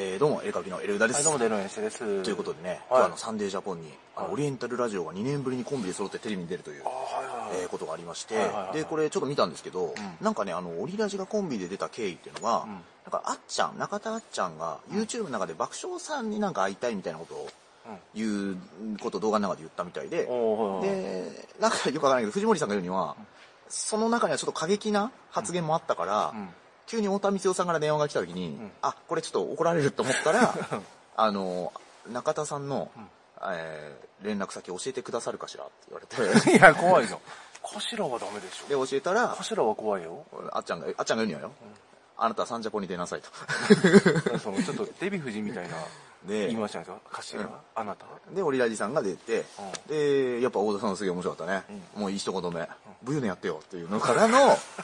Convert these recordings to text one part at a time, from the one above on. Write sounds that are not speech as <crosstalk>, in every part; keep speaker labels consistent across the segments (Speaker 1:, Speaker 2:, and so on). Speaker 1: えーどうも、絵描きのエルウダで
Speaker 2: はい、
Speaker 1: す。
Speaker 2: どうも、デロエンシです。
Speaker 1: ということでね、
Speaker 2: はい
Speaker 1: 今日あのサンデージャポンに、あの
Speaker 2: はい
Speaker 1: オリエンタルラジオが2年ぶりにコンビで揃ってテレビに出るという
Speaker 2: あ、はいは
Speaker 1: え
Speaker 2: いは
Speaker 1: ー
Speaker 2: い。
Speaker 1: ことがありまして、
Speaker 2: はいはいはいはい
Speaker 1: で、これちょっと見たんですけど、
Speaker 2: うん
Speaker 1: なんかね、あの、オリラジがコンビで出た経緯っていうのが、
Speaker 2: うん
Speaker 1: なんかあっちゃん、中田あっちゃんが YouTube の中で爆笑さんになんか会いたいみたいなことを言うことを動画の中で言ったみたいで、
Speaker 2: おーはいはい
Speaker 1: で、なんかよくわからないけど、藤森さんが言うには、その中にはちょっと過激な発言もあったから、
Speaker 2: うん
Speaker 1: 急に太田光代さんから電話が来た時に、
Speaker 2: ん
Speaker 1: あ、これちょっと怒られると思ったら、あの、中田さんの、えー連絡先教えてくださるかしらって言われて、 <laughs>
Speaker 2: いや、怖いよ。 <laughs> コシラはダメでし
Speaker 1: で、教えたら
Speaker 2: ょ。コ、シラは怖いよ。
Speaker 1: あっちゃんが、あっちゃんが言うにはよ、あなたはサンジャポに出なさいと。
Speaker 2: その、ちょっと、デヴィ夫人
Speaker 1: <laughs>
Speaker 2: みたいな、
Speaker 1: で
Speaker 2: 言いましたんですかカシラ、
Speaker 1: うん
Speaker 2: あなた
Speaker 1: で、オリラジさんが出て、
Speaker 2: う
Speaker 1: で、やっぱ大田さんのすげえ面白かったね。もう一言目、ブユネやってよっていうのからの、
Speaker 2: <laughs>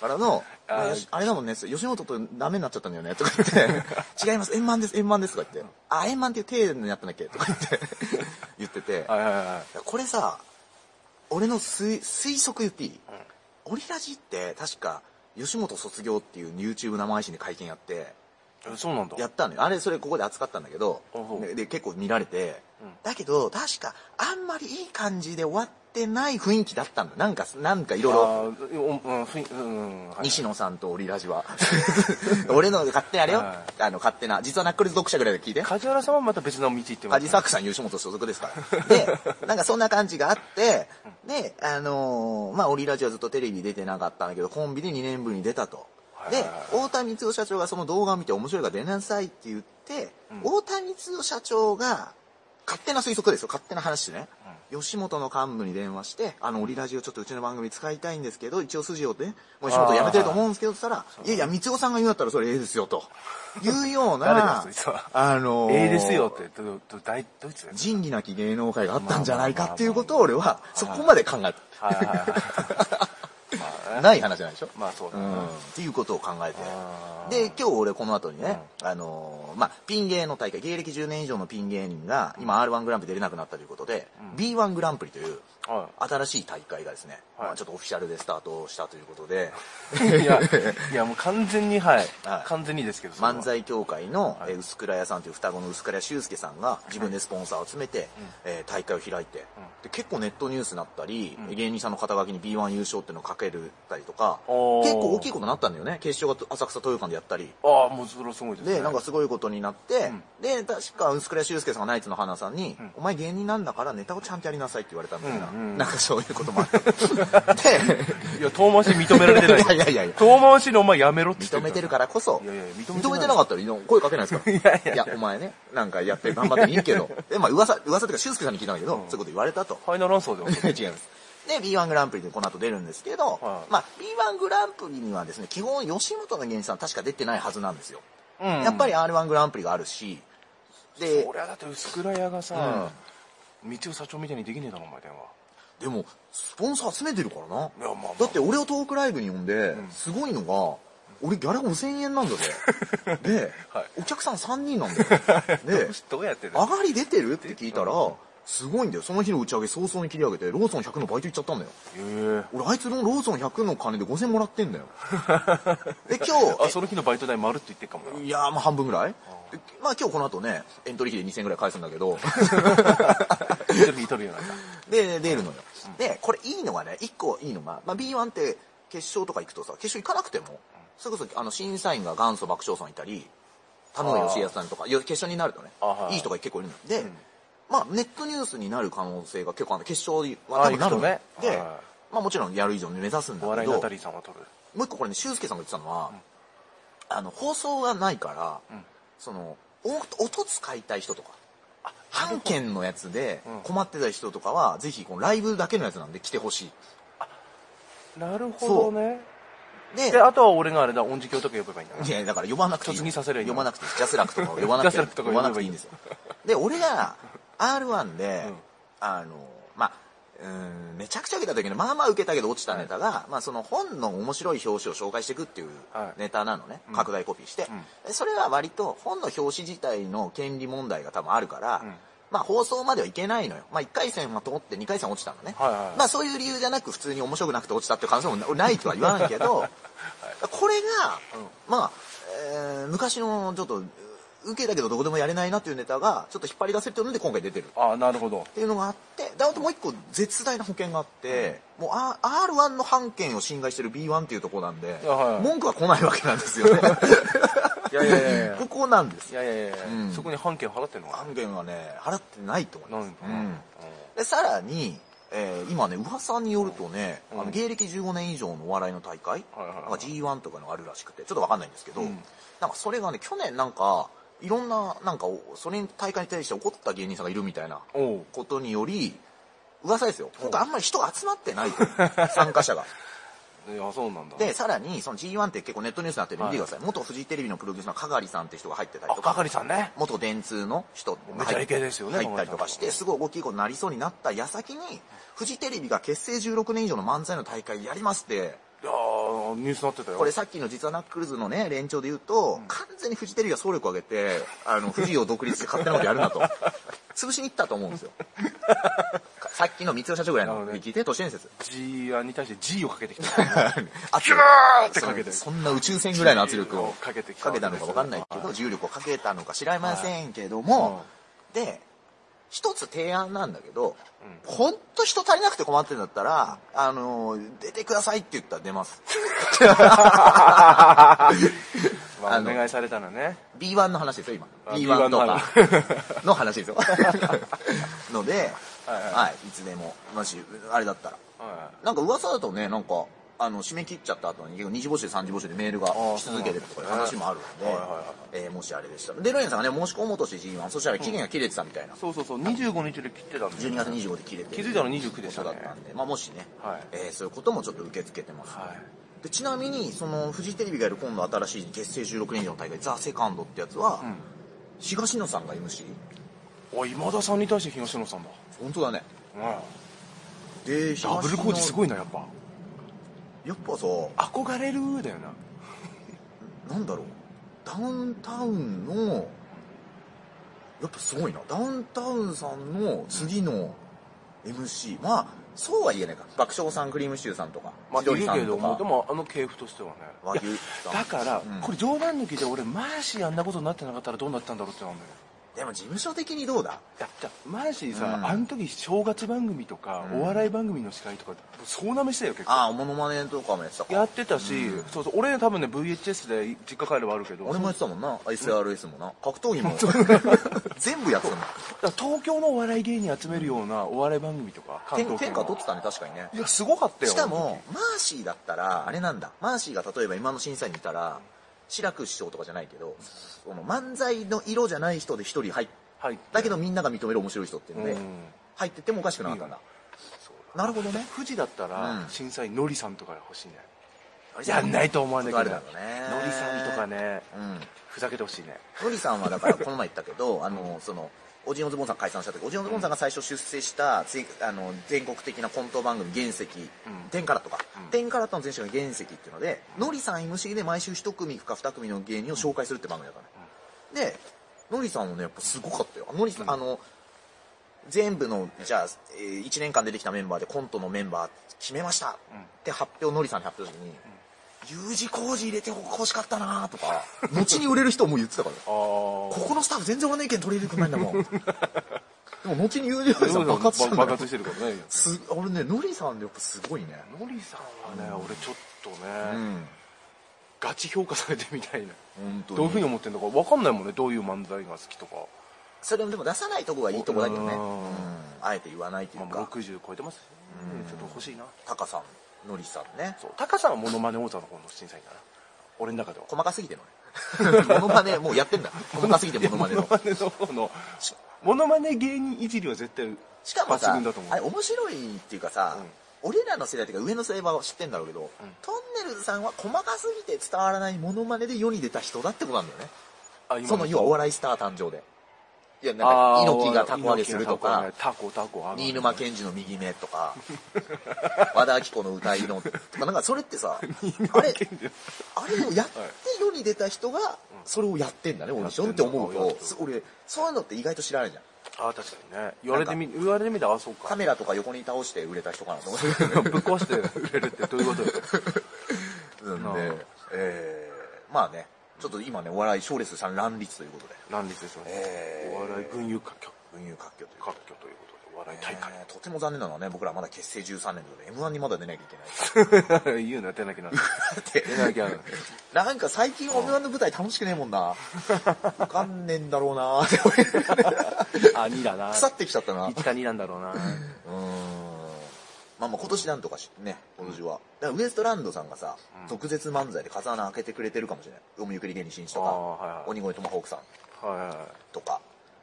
Speaker 1: からの、
Speaker 2: あー
Speaker 1: まあよしあれだもんね、吉本とダメになっちゃったんだよね、とか言
Speaker 2: <laughs>
Speaker 1: って、違います、円満です、円満です、とか言って、あ、円満っていう体になったんだっけ、とか言って、 <laughs> 言ってて、
Speaker 2: はいはいはい。
Speaker 1: これさ、俺の推推測言っていい、オリラジって確か、吉本卒業っていう YouTube 生配信で会見やって、
Speaker 2: えそうなんだ。
Speaker 1: やったのよ。あれ、それここで扱ったんだけど
Speaker 2: あそ、う
Speaker 1: でで結構見られて、
Speaker 2: うん
Speaker 1: だけど、確か、あんまりいい感じで終わってない雰囲気だったんだ。なんか、なんかいろいろ、
Speaker 2: あーうん、うん、ふいうん、はい。
Speaker 1: 西野さんとオリラジは。 <laughs> 俺の勝手にあれよ、
Speaker 2: は
Speaker 1: あの、勝手な、実はナックルズ読者ぐらいで聞いて。
Speaker 2: 梶原さんはまた別の道行ってま
Speaker 1: カ
Speaker 2: す、
Speaker 1: ジサックさん吉本所属ですから。で、
Speaker 2: <laughs>
Speaker 1: なんかそんな感じがあって、で、あのーまあ、オリラジはずっとテレビ出てなかったんだけど、コンビで2年ぶりに出たと。
Speaker 2: はい
Speaker 1: で、
Speaker 2: はいはい
Speaker 1: 太田光代社長がその動画を見て面白いから出なさいって言って、
Speaker 2: うん
Speaker 1: 太田光代社長が、勝手な推測ですよ、勝手な話でね。吉本の幹部に電話して、あの、オリラジをちょっとうちの番組使いたいんですけど、一応筋をね、もう吉本辞めてると思うんですけど、って言ったら、いやいや、光代さんが言うんだったらそれええですよ、と。いうよう
Speaker 2: 誰だ
Speaker 1: な、
Speaker 2: そいつは
Speaker 1: あのー
Speaker 2: ええですよって、ど、ど、だいどいつだよ
Speaker 1: 仁義なき芸能界があったんじゃないかっていうことを俺はそこまで考え
Speaker 2: はいはいはい。 <laughs> まあ
Speaker 1: た。
Speaker 2: ね
Speaker 1: ない話じゃないでしょ
Speaker 2: まあそう
Speaker 1: う
Speaker 2: だね。
Speaker 1: ん。っていうことを考えて。
Speaker 2: あー
Speaker 1: で、今日俺この後にね、あのーまあ、ピン芸の大会、芸歴10年以上のピン芸人が今 R1 グランプリ出れなくなったということで、B1 グランプリという
Speaker 2: は
Speaker 1: 新しい大会がですね、
Speaker 2: はい
Speaker 1: まあちょっとオフィシャルでスタートしたということ
Speaker 2: <laughs>
Speaker 1: で、
Speaker 2: い。いや、いやもう完全に、はい
Speaker 1: はい。
Speaker 2: 完全にですけど、それは
Speaker 1: 漫才協会の、
Speaker 2: は
Speaker 1: え
Speaker 2: い
Speaker 1: ー薄倉屋さんという双子の薄倉屋修介さんが自分でスポンサーを集めて、えー大会を開いて、で結構ネットニュースになったり、芸人さんの肩書きに B1 優勝っていうのをかけるたりとか結
Speaker 2: おー
Speaker 1: 構大きいことになったんだよね決勝が浅草豊館でやったり
Speaker 2: ああ、もうそれはすごいですね。
Speaker 1: で、なんかすごいことになって、
Speaker 2: ん
Speaker 1: で、確か、薄倉修介さんがナイツの花さんに、
Speaker 2: ん
Speaker 1: お前芸人なんだからネタをちゃんとやりなさいって言われたみたいな、
Speaker 2: うんうん
Speaker 1: なんかそういうこともあって。で、
Speaker 2: <laughs> いや、遠回し認められてな
Speaker 1: <laughs>
Speaker 2: い。
Speaker 1: いやいやいやいや
Speaker 2: 遠回しのお前やめろって言って
Speaker 1: 認めてるからこそ、
Speaker 2: いやいや認めてない
Speaker 1: 認めてなかったら声かけないですから。
Speaker 2: <laughs> いやいやいや
Speaker 1: お前ね、なんかやって頑張っていいけど、 <laughs> で、まあ噂、噂というか、修介さんに聞いたんだけど、そういうこと言われたと。 <laughs>
Speaker 2: ファイナルアンサーで
Speaker 1: 違います。で、B1 グランプリでこの後出るんですけど、
Speaker 2: はい
Speaker 1: まあ、B1 グランプリにはですね、基本吉本の芸人さん確か出てないはずなんですよ。
Speaker 2: うん
Speaker 1: やっぱり R1 グランプリがあるし、で
Speaker 2: そ、りゃだって薄倉屋がさ、道夫社長みたいにできねえだろ、お前電話。
Speaker 1: でも、スポンサー集めてるからな。
Speaker 2: いや、まあまあ。
Speaker 1: だって俺をトークライブに呼んで、すごいのが、俺ギャラ5000円
Speaker 2: <laughs>
Speaker 1: なんだぜ。で、
Speaker 2: はい
Speaker 1: お客さん3人
Speaker 2: <laughs>
Speaker 1: なんだよ。で、
Speaker 2: どうやってだ
Speaker 1: 上がり出てるって聞いたら、すごいんだよ。その日の打ち上げ早々に切り上げて、ローソン100のバイト行っちゃったんだよ。
Speaker 2: ええ。
Speaker 1: 俺、あいつのローソン100の金で5000もらってん
Speaker 2: <laughs>
Speaker 1: だよ。で、今
Speaker 2: あ、
Speaker 1: 日
Speaker 2: その日のバイト代まるって言ってっかもな。
Speaker 1: え、いやー、まあ半分ぐらいでまあ今日この後ね、エントリー費で2000円ぐらい返すんだけど、
Speaker 2: 認めとるようになった。
Speaker 1: で、出るのよ。で、これいいのがね、一個いいのが、まあ、B1 って決勝とか行くとさ、決勝行かなくても、それこそあの審査員が元祖爆笑さんいたり、田上義也さんとか、よ決勝になるとね
Speaker 2: あはい、
Speaker 1: いい人が結構いるのよ。で、まあ、ネットニュースになる可能性が結構ある決勝は
Speaker 2: あ
Speaker 1: 多分なるのよ
Speaker 2: 行くとね
Speaker 1: で
Speaker 2: は、
Speaker 1: まあもちろんやる以上に目指すん
Speaker 2: お
Speaker 1: だ
Speaker 2: 笑
Speaker 1: け
Speaker 2: いナ
Speaker 1: ど
Speaker 2: タ、リーさんは取る。
Speaker 1: もう一個これね、修介さんが言ってたのは、あの、放送がないから、
Speaker 2: うん
Speaker 1: その、お音使いたい人とか、半券のやつで
Speaker 2: うん
Speaker 1: 困ってた人とかは、ぜひこのライブだけのやつなんで来てほしい。
Speaker 2: なるほどね。
Speaker 1: で、
Speaker 2: で、あとは俺があれだ、音字教とか呼べばいいんだ
Speaker 1: いや、だから呼ばなくていい。
Speaker 2: 突撃させりゃいい
Speaker 1: 呼ばなくていい。ジャスラックとか呼ばなくていい。
Speaker 2: <laughs> ジャスラックとか
Speaker 1: 呼
Speaker 2: 呼
Speaker 1: ば
Speaker 2: べば
Speaker 1: なくてい
Speaker 2: いい
Speaker 1: いんですよ。で、俺が R1 で、
Speaker 2: うん
Speaker 1: あの、まあ、うーんめちゃくちゃ受けた時にまあまあ受けたけど落ちたネタが、まあその本の面白い表紙を紹介していくっていう
Speaker 2: はい
Speaker 1: ネタなのね、
Speaker 2: うん
Speaker 1: 拡大コピーして、でそれは割と本の表紙自体の権利問題が多分あるから、
Speaker 2: うん
Speaker 1: まあ放送まではいけないのよ。まあ1回戦は通って2回戦落ちたのね。
Speaker 2: はいはいはい
Speaker 1: まあそういう理由じゃなく普通に面白くなくて落ちたっていう感想もなないとは言わ
Speaker 2: <laughs>
Speaker 1: ないけど、これが、まあ、えー昔のちょっと、受けたけどどこでもやれないなっていうネタが、ちょっと引っ張り出せるというので今回出てる。
Speaker 2: ああ、なるほど。
Speaker 1: っていうのがあって、で、あともう一個絶大な保険があって、もうあ R1 の判権を侵害してる B1 っていうところなんで、
Speaker 2: いやはい
Speaker 1: 文句は来ないわけなんですよね。
Speaker 2: <laughs> いやいやいやいや
Speaker 1: <laughs> ここなんです
Speaker 2: い。やいやいや、
Speaker 1: ん
Speaker 2: そこに半径払ってんのか
Speaker 1: 判権はね、払ってないと思い
Speaker 2: な
Speaker 1: ま
Speaker 2: な
Speaker 1: す
Speaker 2: い。のかな、
Speaker 1: う
Speaker 2: うんん
Speaker 1: で、さらに、えー今ね、噂によるとね、
Speaker 2: うん
Speaker 1: あの芸歴15年以上のお笑いの大会、
Speaker 2: はいはいはい
Speaker 1: なんか G1 とかのがあるらしくて、ちょっとわかんないんですけど、
Speaker 2: うん
Speaker 1: なんかそれがね、去年なんか、いろんな、なんかお、それに大会に対して怒った芸人さんがいるみたいな
Speaker 2: おう
Speaker 1: ことにより、噂ですよ。今回あんまり人が集まってないと。
Speaker 2: <laughs>
Speaker 1: 参加者が。
Speaker 2: いや、そうなんだ。
Speaker 1: で、さらに、その G1 って結構ネットニュースになってるんで見てください。元フジテレビのプロデューサーの香りさんって人が入ってたり
Speaker 2: あ、
Speaker 1: とか。
Speaker 2: 係さんね。
Speaker 1: 元電通の人
Speaker 2: めちゃイケですよね
Speaker 1: 入ったりとかして、すごい大きいことになりそうになった矢先に、フジテレビが結成16年以上の漫才の大会やりますって、
Speaker 2: いやーニュースなってたよ。
Speaker 1: これさっきの実はナックルズのね、連調で言うと、完全にフジテレビが総力を挙げて、あの、フジを独立して勝手なことやる
Speaker 2: <laughs>
Speaker 1: なと。潰しに行ったと思うんですよ。かさっきの三代社長ぐらいの聞いて、都市伝説。
Speaker 2: G に対して G をかけてきた。
Speaker 1: 圧力
Speaker 2: ーってかけて
Speaker 1: そんな宇宙船ぐらいの圧力を
Speaker 2: かけてきた
Speaker 1: かけたのか分かんないけど、重力をかけたのか知られませんけども、で、一つ提案なんだけど、ほんと人足りなくて困ってんだったら、あのー、出てくださいって言ったら出ます。 <laughs>
Speaker 2: まあ、
Speaker 1: あ
Speaker 2: お
Speaker 1: の
Speaker 2: 願いされたらね。
Speaker 1: B1 の話ですよ、今。
Speaker 2: あ
Speaker 1: B1 とか <laughs> の話ですよ。ので、
Speaker 2: はいはい
Speaker 1: はい、いつでも、もし、あれだったら。
Speaker 2: は
Speaker 1: なんか噂だとね、なんか、あの、締め切っちゃった後に、結構二次募集、三次募集でメールが
Speaker 2: ー
Speaker 1: し続けてるとかいう
Speaker 2: そうな
Speaker 1: 話
Speaker 2: んですね
Speaker 1: もあるんで
Speaker 2: はいはいはい、
Speaker 1: えーもしあれでしたら。で、ロイヤンさんがね、申し込もうとして G1、そしたら期限が切れてたみたいな。
Speaker 2: い。そうそうそう、25日で切ってたんで。
Speaker 1: 12月25で切れて
Speaker 2: 気づいたら29でし
Speaker 1: そ
Speaker 2: た
Speaker 1: う
Speaker 2: ね
Speaker 1: だったんで、まあもしね
Speaker 2: はい、
Speaker 1: えーそういうこともちょっと受け付けてます。
Speaker 2: は
Speaker 1: でちなみに、その、フジテレビがやる今度新しい結成16年以上の大会、ザ・セカンドってやつは、東野さんが MC?
Speaker 2: い。お、今田さんに対して東野さんだ。
Speaker 1: 本当だね。
Speaker 2: うん。
Speaker 1: で、
Speaker 2: ダブルコーチす
Speaker 1: い。
Speaker 2: ごいな、やっぱ。
Speaker 1: やっぱさ、
Speaker 2: 憧れるーだよな。
Speaker 1: なんだろう、ダウンタウンの、やっぱすごいな、ダウンタウンさんの次の MC、まあ、そうは言えないか、爆笑さん、クリームシチューさんとか、
Speaker 2: まあ、
Speaker 1: 千
Speaker 2: い
Speaker 1: 鳥
Speaker 2: る
Speaker 1: さ
Speaker 2: け
Speaker 1: ん
Speaker 2: ど
Speaker 1: と
Speaker 2: も、
Speaker 1: か
Speaker 2: で、も、あの系譜としてはね。
Speaker 1: 和牛さん
Speaker 2: だから、
Speaker 1: うん
Speaker 2: これ冗談抜きで俺、マーシーあんなことになってなかったらどうなったんだろうってなんだよ。
Speaker 1: でも事務所的にどうだ
Speaker 2: いや、じゃあマーシーさ、
Speaker 1: うん
Speaker 2: あの時正月番組とか、お笑い番組の司会とか、そうなめしてたよ、結構。
Speaker 1: ああ、モノマネとかもやってた
Speaker 2: や
Speaker 1: か。
Speaker 2: ってたし、そうそう、俺多分ね、VHS で実家帰れはあるけど、
Speaker 1: 俺もやってたもんな、SRS もな。格闘技
Speaker 2: <laughs>
Speaker 1: も。全部やってたもん。
Speaker 2: だから東京のお笑い芸人集めるようなお笑い番組とか、関
Speaker 1: 天
Speaker 2: 東圏
Speaker 1: 天
Speaker 2: の
Speaker 1: 下取ってたね、確かにね。
Speaker 2: いや、すごかったよ。
Speaker 1: しかも、マーシーだったら、あれなんだ。マーシーが例えば今の審査員にいたら、志らく師匠とかじゃないけど、その漫才の色じゃない人で一人入っ
Speaker 2: はい。
Speaker 1: だけどみんなが認める面白い人っていうので、
Speaker 2: うん
Speaker 1: 入ってってもおかしくなかったんだ。なるほどね。
Speaker 2: 富士だったら
Speaker 1: う、ん
Speaker 2: 審査員のりさんとかが欲しいね。やんないと思わないけど、
Speaker 1: ちょっとあれだろうね
Speaker 2: のりさんとかね、
Speaker 1: うん。
Speaker 2: ふざけてほしいね。
Speaker 1: のりさんはだからこの前言ったけど、あ <laughs> の、その、オジンオズボンさん解散した時、オジンオズボンさんが最初出世した、ついあの、全国的なコント番組、原石、天からとか、天からとの前身が原石っていうので、のりさん MC で毎週一組か二組の芸人を紹介するって番組だからね。で、のりさんもね、やっぱすごかったよ。のりさん、あの、全部の、じゃあ、え1年間出てきたメンバーでコントのメンバー決めましたって発表、のりさんに発表した時に、U 字工事入れてほしかったなとか、後に売れる人も言ってたから。
Speaker 2: あー
Speaker 1: ここのスタッフ全然俺の意見取り入れてくれないんだもん。でも後に UDI さん爆
Speaker 2: 爆
Speaker 1: 発したんだよ
Speaker 2: 発してるからね。
Speaker 1: す俺ね、ノリさんでやっぱすごいね。
Speaker 2: のりさんはね、俺ちょっとね、
Speaker 1: うん。
Speaker 2: ガチ評価されてみたいな。
Speaker 1: 本当に。
Speaker 2: どういうふうに思ってんのか分かんないもんね、どういう漫才が好きとか。
Speaker 1: それもでも出さないとこがいいとこだけどね。
Speaker 2: う
Speaker 1: うんん。あえて言わないとい
Speaker 2: まあ、
Speaker 1: う
Speaker 2: もう
Speaker 1: か、
Speaker 2: 60超えてますしちょっと欲しいな。
Speaker 1: タカさん、ノリさんね。
Speaker 2: そう、タカさんはモノマネ王座の方の審査員だな。俺の中では。
Speaker 1: 細かすぎてのね。 <laughs> モノマネ、もうやってんだ。細かすぎてモノマネ
Speaker 2: モ
Speaker 1: <laughs> の
Speaker 2: ノ。マネの方の、モノマネ芸人いじりは絶対
Speaker 1: しかも
Speaker 2: 抜
Speaker 1: さ
Speaker 2: 群だと思、う。
Speaker 1: あれ面白いっていうかさ、俺らの世代というか上の世代は知ってんだろうけど、トンネルズさんは細かすぎて伝わらないモノマネで世に出た人だってことなんだよね。
Speaker 2: あ今
Speaker 1: その要はお笑いスター誕生で。いや、なんか、猪木がタコ揚げするとか、、
Speaker 2: タコタコ揚げ
Speaker 1: 新沼健治の右目と <laughs> か、和田アキ子の歌いの、とか、なんかそれって <laughs> さ、あれ、あれをやって世に出た人が、それをやってんだね、オーディションって思う
Speaker 2: やってん
Speaker 1: と
Speaker 2: だ、
Speaker 1: す俺、そういうのって意外と知らないじゃん。
Speaker 2: ああ、確かにね。言われてみ、言われてみたら、あ、そう
Speaker 1: <laughs> カ
Speaker 2: か。
Speaker 1: メラとか横に倒して売れた人かなと思っ
Speaker 2: ぶっ
Speaker 1: <laughs>
Speaker 2: 壊して売れるってどういうことよ。
Speaker 1: て。なんで、えーまあね、ちょっと今ね、お笑い賞レースさん乱立ということで。
Speaker 2: 乱立ですよね、
Speaker 1: えー
Speaker 2: お笑い群雄割拠
Speaker 1: 群雄割拠というか。
Speaker 2: 割拠ということでお笑い大
Speaker 1: えーとても残念なのはね、僕らまだ結成13年なので、M1 にまだ出なきゃいけない。<laughs>
Speaker 2: 会、言うな出なきゃな
Speaker 1: だって
Speaker 2: 出なきゃな
Speaker 1: なんか最近 M1 の舞台楽しくねえ
Speaker 2: <laughs>
Speaker 1: もんな。わかんねえんだろうなって思い
Speaker 2: あ2だな
Speaker 1: 腐ってきちゃったな。
Speaker 2: 1か2なんだろうな
Speaker 1: うーんまあまあ今年なんとかしね、今年は。だからウエストランドさんがさ、
Speaker 2: うん
Speaker 1: 特別漫才で風穴開けてくれてるかもしれない。お見送り芸人新一と
Speaker 2: あ
Speaker 1: か、
Speaker 2: ーはいはい
Speaker 1: 鬼越トマホークさん
Speaker 2: はいはいはい
Speaker 1: とか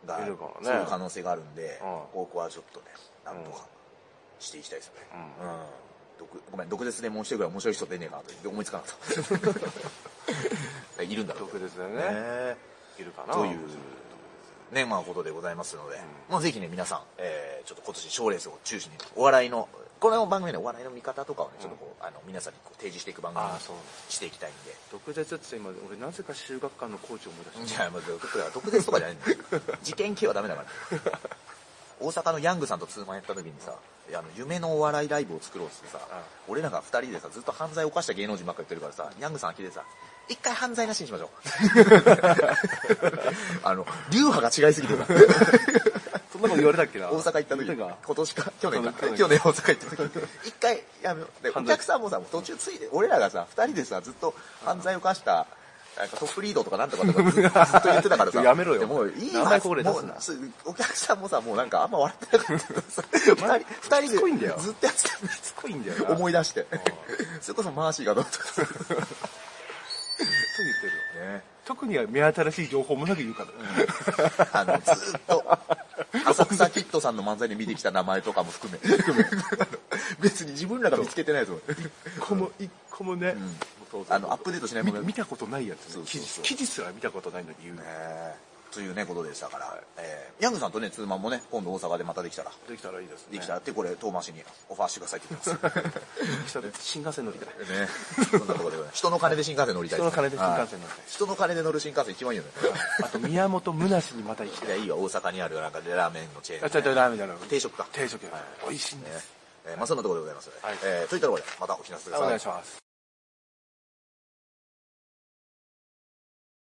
Speaker 1: が、
Speaker 2: 出るかもね
Speaker 1: そういう可能性があるんで、
Speaker 2: うん
Speaker 1: ここはちょっとね、なんとかしていきたいですよね。うん。毒ごめん、毒舌でもう一人ぐらい面白い人出ねえかなと思いつかなか
Speaker 2: <laughs>
Speaker 1: った。 <laughs> いるんだろうけ
Speaker 2: 毒
Speaker 1: ど。
Speaker 2: ですよ
Speaker 1: ね
Speaker 2: ね
Speaker 1: え
Speaker 2: いるかな
Speaker 1: というね、まあ、ことでございますので、まあ、ぜひね、皆さん、えー、ちょっと今年賞レースを中心に、お笑いの、この番組のお笑いの見方とかをね、ちょっとこう、あの、皆さんにこう提示していく番組に
Speaker 2: あーそう
Speaker 1: していきたいんで。
Speaker 2: 毒舌って今俺なぜか修学館のコーチを
Speaker 1: <laughs>
Speaker 2: 思い出し
Speaker 1: じゃあ、まあ、毒だ毒舌とかじゃないん <laughs> だよ。事件系はダメだから。大阪のヤングさんとツーマンやった時にさ、いやあの夢のお笑いライブを作ろうっつってさ、俺らが二人でさ、ずっと犯罪を犯した芸能人ばっか言ってるからさ、ヤングさん呆れてさ、一回犯罪なしにしま <laughs> しょう。あの、流派が違いすぎてるから。
Speaker 2: たそんなこと言われたっけ <laughs> な
Speaker 1: 大阪行った時
Speaker 2: 言
Speaker 1: 今
Speaker 2: か
Speaker 1: 年か去年か
Speaker 2: 去年
Speaker 1: 去年大阪行った時
Speaker 2: <laughs>
Speaker 1: 一回やめようで
Speaker 2: 犯
Speaker 1: お
Speaker 2: 罪
Speaker 1: 客さんもさもう途中ついて俺らがさ二人でさずっと犯罪を犯したなんかトップリードとかなんとかとかずっとずっと言ってたからさ
Speaker 2: <laughs> やめろよ
Speaker 1: でもういい
Speaker 2: 名
Speaker 1: わ
Speaker 2: 前ここで出すな
Speaker 1: もうすお客さんもさもうなんかあんま笑ってなかったから
Speaker 2: <laughs>
Speaker 1: さ二人二
Speaker 2: しつこい
Speaker 1: 人
Speaker 2: ん
Speaker 1: で
Speaker 2: だよ
Speaker 1: ずっとやってたんだよ
Speaker 2: すごいんだよな
Speaker 1: 思い出してそれこそマーシーがどうとかさ
Speaker 2: 特に言ってるよ特には目新しい情報もなく言うから、
Speaker 1: あのずっと浅草キッドさんの漫才で見てきた名前とかも含め <laughs> 別に自分らが見つけてないぞ
Speaker 2: 一個も一個もね、
Speaker 1: あのアップデートしないも
Speaker 2: 見
Speaker 1: の
Speaker 2: 見たことないやつ、
Speaker 1: そう
Speaker 2: ね、
Speaker 1: そ
Speaker 2: 記
Speaker 1: うそ
Speaker 2: 事
Speaker 1: う
Speaker 2: 記事すら見たことないのに言うの、
Speaker 1: えーというねことでしたから、えーヤングさんとねツーマンもね今度大阪でまたできたら
Speaker 2: できたらいいですね
Speaker 1: できたらってこれ遠回しにオファーしてくださいって言ってます
Speaker 2: <laughs>
Speaker 1: ね
Speaker 2: できたら新幹線乗りたい
Speaker 1: そんなところでございます人の金で新幹線乗りたいすね
Speaker 2: 人の金で新幹線乗りたい
Speaker 1: は人の金で乗る新幹線一番いいよね
Speaker 2: あと宮本むなしにまた行き
Speaker 1: い
Speaker 2: た
Speaker 1: や
Speaker 2: い
Speaker 1: いいよ大阪にあるなんかでラーメンのチェーン、
Speaker 2: あちょっとラーメンだろ
Speaker 1: 定食か
Speaker 2: 定食や美味しいんで
Speaker 1: ね
Speaker 2: す、
Speaker 1: えーまあそんなところでございます、
Speaker 2: はい
Speaker 1: えーといったところでまたお聞きなさい
Speaker 2: お願いします